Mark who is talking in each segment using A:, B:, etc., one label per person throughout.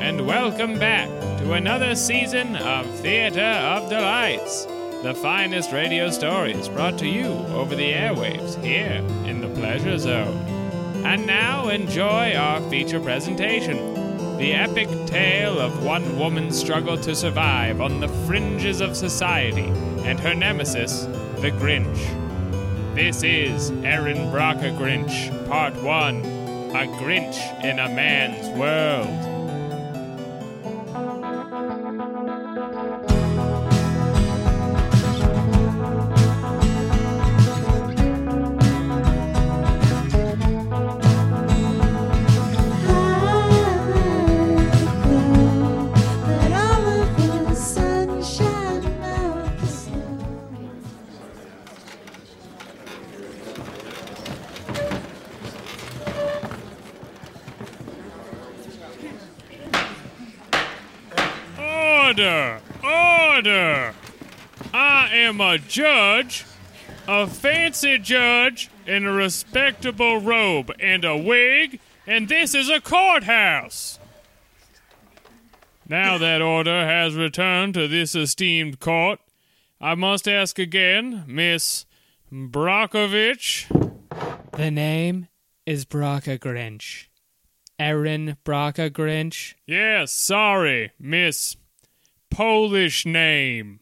A: and welcome back to another season of Theater of Delights, the finest radio stories brought to you over the airwaves here in the Pleasure Zone. And now enjoy our feature presentation the epic tale of one woman's struggle to survive on the fringes of society and her nemesis, the Grinch. This is Erin Brocker Grinch, Part 1 A Grinch in a Man's World. Order! Order! I am a judge, a fancy judge in a respectable robe and a wig, and this is a courthouse. Now that order has returned to this esteemed court, I must ask again, Miss Brockovich. The name is Brocka Grinch. Erin Brocka Grinch. Yes, sorry, Miss Polish name.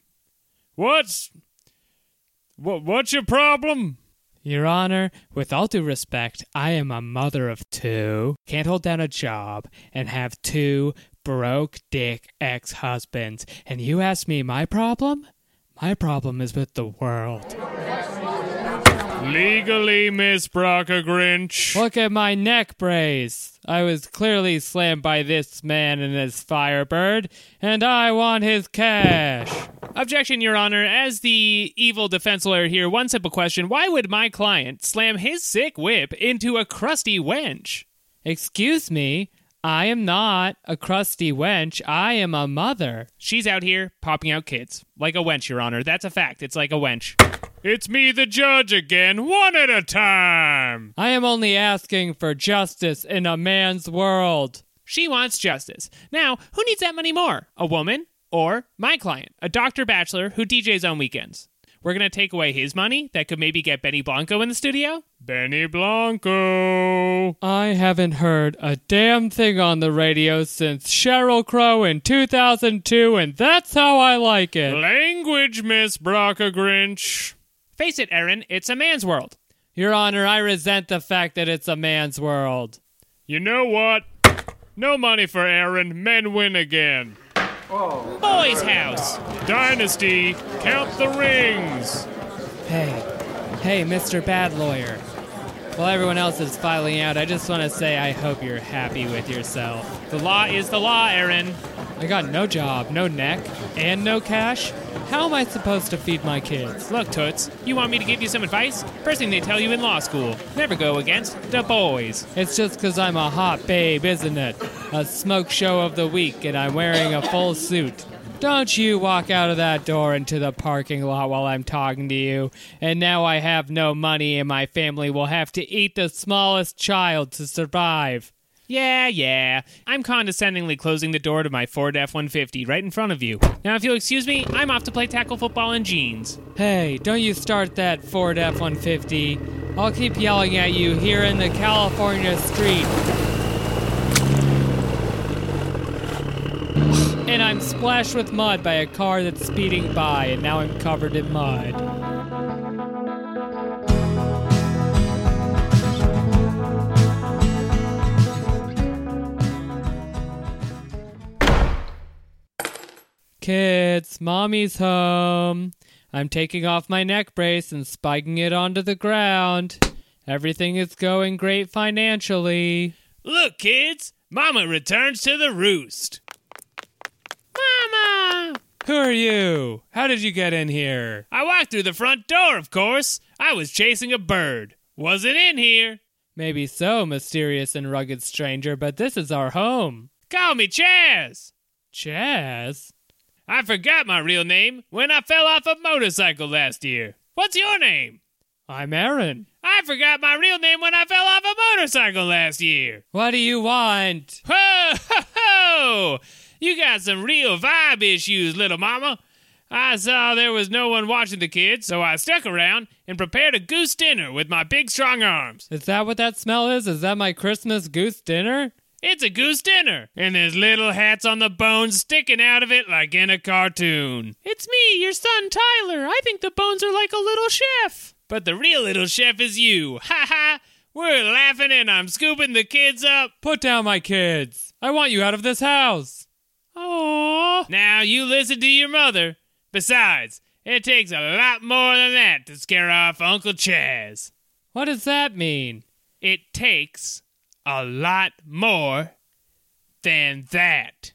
A: What's what, what's your problem?
B: Your Honor, with all due respect, I am a mother of two, can't hold down a job, and have two broke dick ex husbands. And you ask me my problem? My problem is with the world.
A: Legally, Miss Brocka Grinch.
B: Look at my neck brace. I was clearly slammed by this man and his firebird, and I want his cash.
C: Objection, Your Honor. As the evil defense lawyer here, one simple question. Why would my client slam his sick whip into a crusty wench?
B: Excuse me, I am not a crusty wench. I am a mother.
C: She's out here popping out kids. Like a wench, Your Honor. That's a fact. It's like a wench.
A: It's me, the judge, again, one at a time.
B: I am only asking for justice in a man's world.
C: She wants justice. Now, who needs that money more? A woman or my client, a doctor bachelor who DJs on weekends? We're going to take away his money that could maybe get Benny Blanco in the studio?
A: Benny Blanco.
B: I haven't heard a damn thing on the radio since Cheryl Crow in 2002, and that's how I like it.
A: Language, Miss Brocka Grinch.
C: Face it, Erin, it's a man's world.
B: Your Honor, I resent the fact that it's a man's world.
A: You know what? No money for Aaron. Men win again.
C: Boys' house.
A: Dynasty, count the rings.
B: Hey, hey, Mr. Bad Lawyer. While everyone else is filing out, I just want to say I hope you're happy with yourself.
C: The law is the law, Erin.
B: I got no job, no neck, and no cash. How am I supposed to feed my kids?
C: Look, Toots, you want me to give you some advice? First thing they tell you in law school never go against the boys.
B: It's just 'cause I'm a hot babe, isn't it? A smoke show of the week, and I'm wearing a full suit. Don't you walk out of that door into the parking lot while I'm talking to you. And now I have no money, and my family will have to eat the smallest child to survive.
C: Yeah, yeah. I'm condescendingly closing the door to my Ford F 150 right in front of you. Now, if you'll excuse me, I'm off to play tackle football in jeans.
B: Hey, don't you start that Ford F 150. I'll keep yelling at you here in the California street. And I'm splashed with mud by a car that's speeding by, and now I'm covered in mud. Kids, mommy's home. I'm taking off my neck brace and spiking it onto the ground. Everything is going great financially.
C: Look, kids, Mama returns to the roost. Mama!
B: Who are you? How did you get in here?
C: I walked through the front door, of course. I was chasing a bird. Wasn't in here.
B: Maybe so, mysterious and rugged stranger, but this is our home.
C: Call me Chaz.
B: Chaz?
C: I forgot my real name when I fell off a motorcycle last year. What's your name?
A: I'm Aaron.
B: I forgot my real name when I fell off a motorcycle last year.
A: What do you want?
B: Ho, ho, ho! You got some real vibe issues, little mama. I saw there was no one watching the kids, so I stuck around and prepared a goose dinner with my big strong arms.
A: Is that what that smell is? Is that my Christmas goose dinner?
B: It's a goose dinner, and there's little hats on the bones sticking out of it like in a cartoon. It's me, your son Tyler. I think the bones are like a little chef. But the real little chef is you. Ha ha! We're laughing and I'm scooping the kids up.
A: Put down my kids. I want you out of this house.
B: Aww. Now you listen to your mother. Besides, it takes a lot more than that to scare off Uncle Chaz.
A: What does that mean?
B: It takes a lot more than that.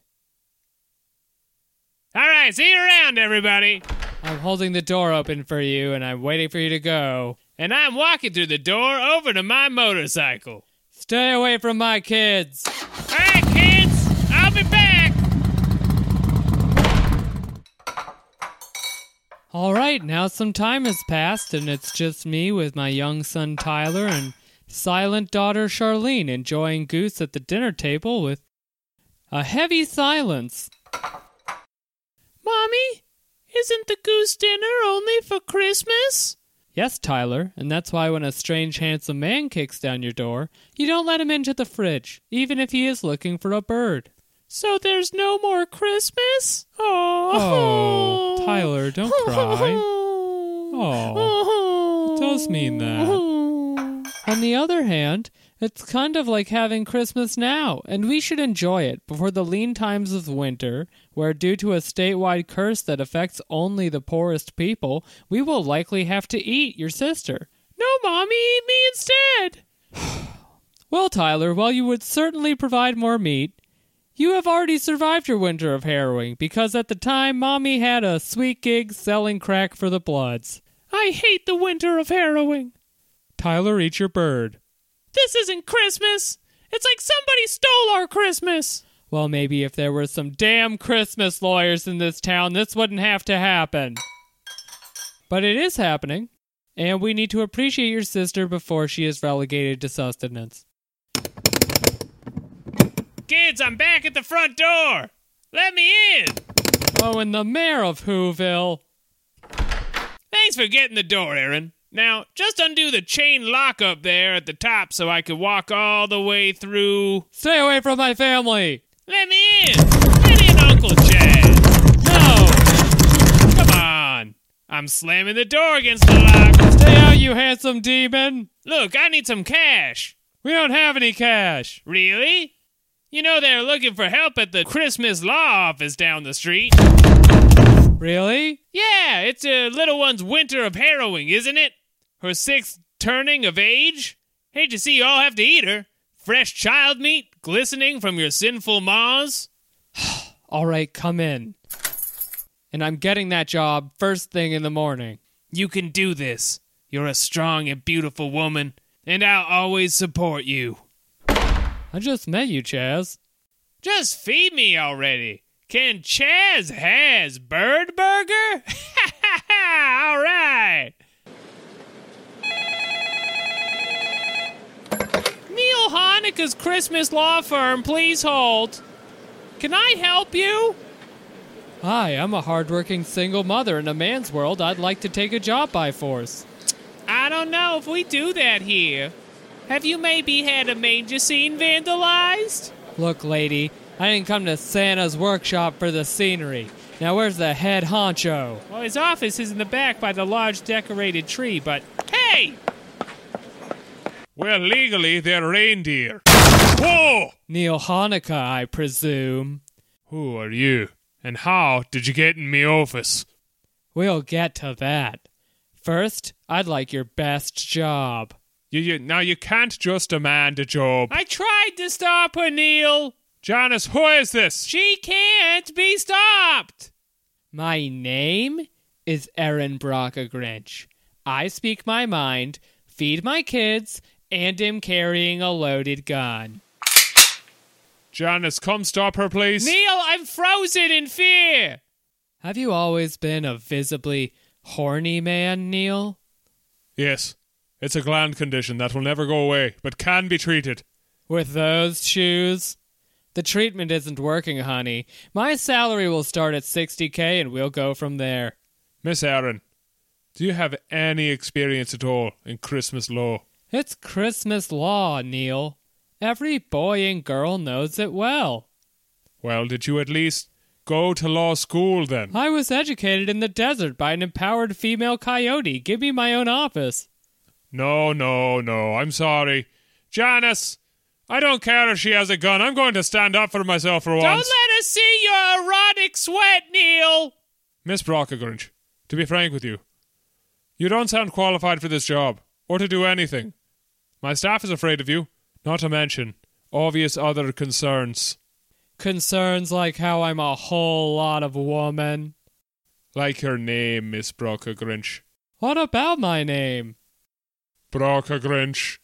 B: All right, see you around, everybody.
A: I'm holding the door open for you and I'm waiting for you to go.
B: And I'm walking through the door over to my motorcycle.
A: Stay away from my kids.
B: All right, kids, I'll be back.
A: All right, now some time has passed and it's just me with my young son Tyler and silent daughter Charlene enjoying goose at the dinner table with a heavy silence.
B: Mommy, isn't the goose dinner only for Christmas?
A: Yes, Tyler, and that's why when a strange, handsome man kicks down your door, you don't let him into the fridge, even if he is looking for a bird.
B: So there's no more Christmas?
A: Oh,
B: Oh,
A: Tyler, don't cry.
B: Oh,
A: it does mean that. On the other hand, it's kind of like having Christmas now, and we should enjoy it before the lean times of winter, where, due to a statewide curse that affects only the poorest people, we will likely have to eat your sister.
B: No, mommy, eat me instead.
A: Well, Tyler, while you would certainly provide more meat, you have already survived your winter of harrowing because at the time, Mommy had a sweet gig selling crack for the Bloods.
B: I hate the winter of harrowing.
A: Tyler, eat your bird.
B: This isn't Christmas. It's like somebody stole our Christmas.
A: Well, maybe if there were some damn Christmas lawyers in this town, this wouldn't have to happen. But it is happening, and we need to appreciate your sister before she is relegated to sustenance.
B: Kids, I'm back at the front door. Let me in.
A: Oh, and the mayor of Whoville.
B: Thanks for getting the door, Aaron. Now, just undo the chain lock up there at the top so I can walk all the way through.
A: Stay away from my family!
B: Let me in. Let in, Uncle Chad. No. Come on. I'm slamming the door against the lock.
A: Stay out, you handsome demon!
B: Look, I need some cash.
A: We don't have any cash.
B: Really? You know they're looking for help at the Christmas law office down the street.
A: Really?
B: Yeah, it's a little one's winter of harrowing, isn't it? Her sixth turning of age? Hate to see you all have to eat her. Fresh child meat glistening from your sinful maws.
A: All right, come in. And I'm getting that
B: Uh,
A: job first thing in the morning.
B: You can do this. You're a strong and beautiful woman, and I'll always support you.
A: I just met you, Chaz.
B: Just feed me already. Can Chaz has bird burger? Ha ha ha! All right. Neil Hanukkah's Christmas law firm, please hold. Can I help you?
A: Hi, I'm a hardworking single mother in a man's world. I'd like to take a job by force.
B: I don't know if we do that here. Have you maybe had a major scene vandalized?
A: Look, lady, I didn't come to Santa's workshop for the scenery. Now, where's the head honcho?
B: Well, his office is in the back by the large decorated tree, but hey! Well, legally, they're reindeer. Whoa!
A: Neil Hanukkah, I presume.
B: Who are you? And how did you get in me office?
A: We'll get to that. First, I'd like your best job.
B: You, you, now, you can't just demand a job. I tried to stop her, Neil. Janice, who is this? She can't be stopped.
A: My name is Erin Brocka Grinch. I speak my mind, feed my kids, and am carrying a loaded gun.
B: Janice, come stop her, please. Neil, I'm frozen in fear.
A: Have you always been a visibly horny man, Neil?
D: Yes,
A: It's a gland condition that will never go away, but can be treated.
B: With those shoes? The treatment isn't working, honey. My salary will start at 60K and we'll go from there.
A: Miss Aaron, do you have any experience at all in Christmas law?
B: It's Christmas law, Neil. Every boy and girl knows it well.
A: Well, did you at least go to law school then?
B: I was educated in the desert by an empowered female coyote. Give me my own office.
A: No, no, no. I'm sorry. Janice, I don't care if she has a gun. I'm going to stand up for myself for
C: Don't
A: once.
C: let us see your erotic sweat, Neil.
A: Miss Brockagrinch, to be frank with you, you don't sound qualified for this job or to do anything. My staff is afraid of you, not to mention obvious other concerns.
B: Concerns like how I'm a whole lot of woman.
A: Like her name, Miss Brockagrinch.
B: What about my name?
A: Brockagrinch.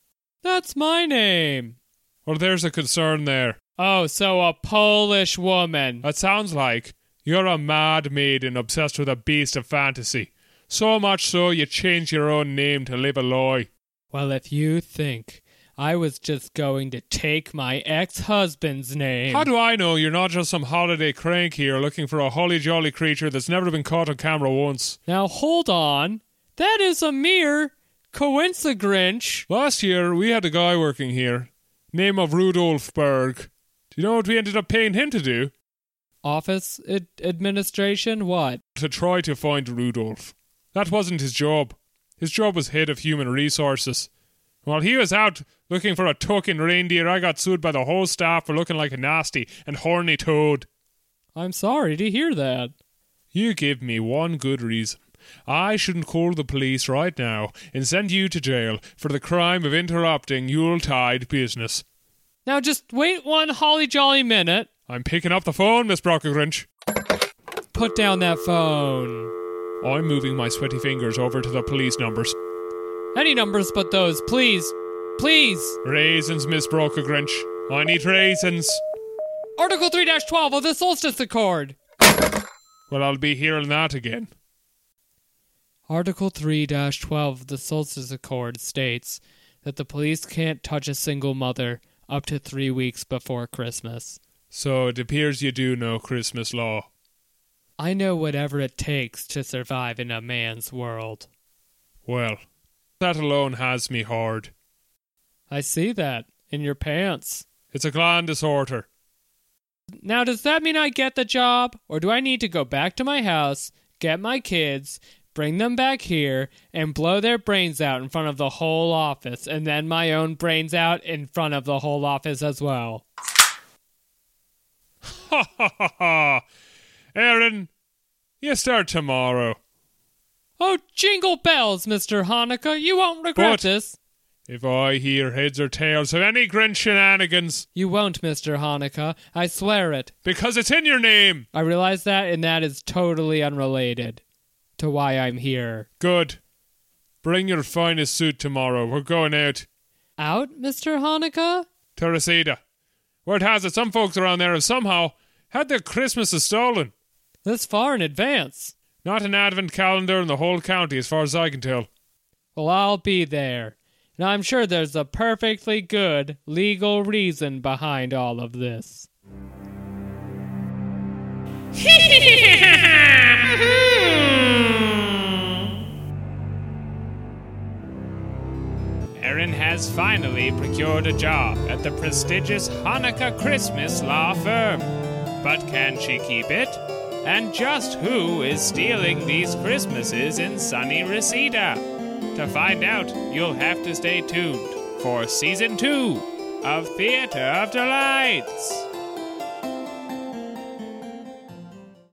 B: That's my name.
A: Or there's a concern there.
B: Oh, so a Polish woman.
A: That sounds like you're a mad maiden obsessed with a beast of fantasy. So much so you change your own name to live a lie.
B: Well, if you think I was just going to take my ex husband's name.
A: How do I know you're not just some holiday crank here looking for a holly jolly creature that's never been caught on camera once?
B: now, hold on. That is a mere coincidence.
A: Last year, we had a guy working here, name of Rudolf Berg. Do you know what we ended up paying him to do?
B: Office ad- administration? What?
A: To try to find Rudolf. That wasn't his job. His job was head of human resources. While he was out looking for a token reindeer, I got sued by the whole staff for looking like a nasty and horny toad.
B: I'm sorry to hear that.
A: You give me one good reason. I shouldn't call the police right now and send you to jail for the crime of interrupting Yuletide business.
B: Now, just wait one holly jolly minute.
A: I'm picking up the phone, Miss Brockagrinch.
B: Put down that phone.
A: I'm moving my sweaty fingers over to the police numbers.
B: Any numbers but those, please. Please.
A: Raisins, Miss Brockagrinch. I need raisins.
B: Article 3 12 of the Solstice Accord.
A: Well, I'll be hearing that again.
B: Article 3 12 of the Solstice Accord states that the police can't touch a single mother up to three weeks before Christmas.
A: So it appears you do know Christmas law.
B: I know whatever it takes to survive in a man's world.
A: Well, that alone has me hard.
B: I see that in your pants.
A: It's a gland disorder.
B: Now, does that mean I get the job, or do I need to go back to my house, get my kids, bring them back here, and blow their brains out in front of the whole office, and then my own brains out in front of the whole office as well?
A: Ha ha ha ha! Aaron, you start tomorrow.
B: Oh, jingle bells, Mr. Hanukkah. You won't regret
A: But-
B: this.
A: If I hear heads or tails of any Grinch shenanigans,
B: You won't, Mr. Hanukkah. I swear it.
A: because it's in your name.
B: I realize that, and that is totally unrelated to why I'm here.
A: Good. Bring your finest suit tomorrow. We're going out.
B: Out, Mr. Hanukkah?
A: Teresita. Word has it some folks around there have somehow had their Christmases stolen.
B: This far in advance.
A: Not an advent calendar in the whole county, as far as I can tell.
B: Well, I'll be there. And I'm sure there's a perfectly good legal reason behind all of this.
A: Aaron has finally procured a job at the prestigious Hanukkah Christmas law firm. But can she keep it?
C: And just who is stealing these Christmases in sunny Reseda? To find out, you'll have to stay tuned for season two of Theater of Delights.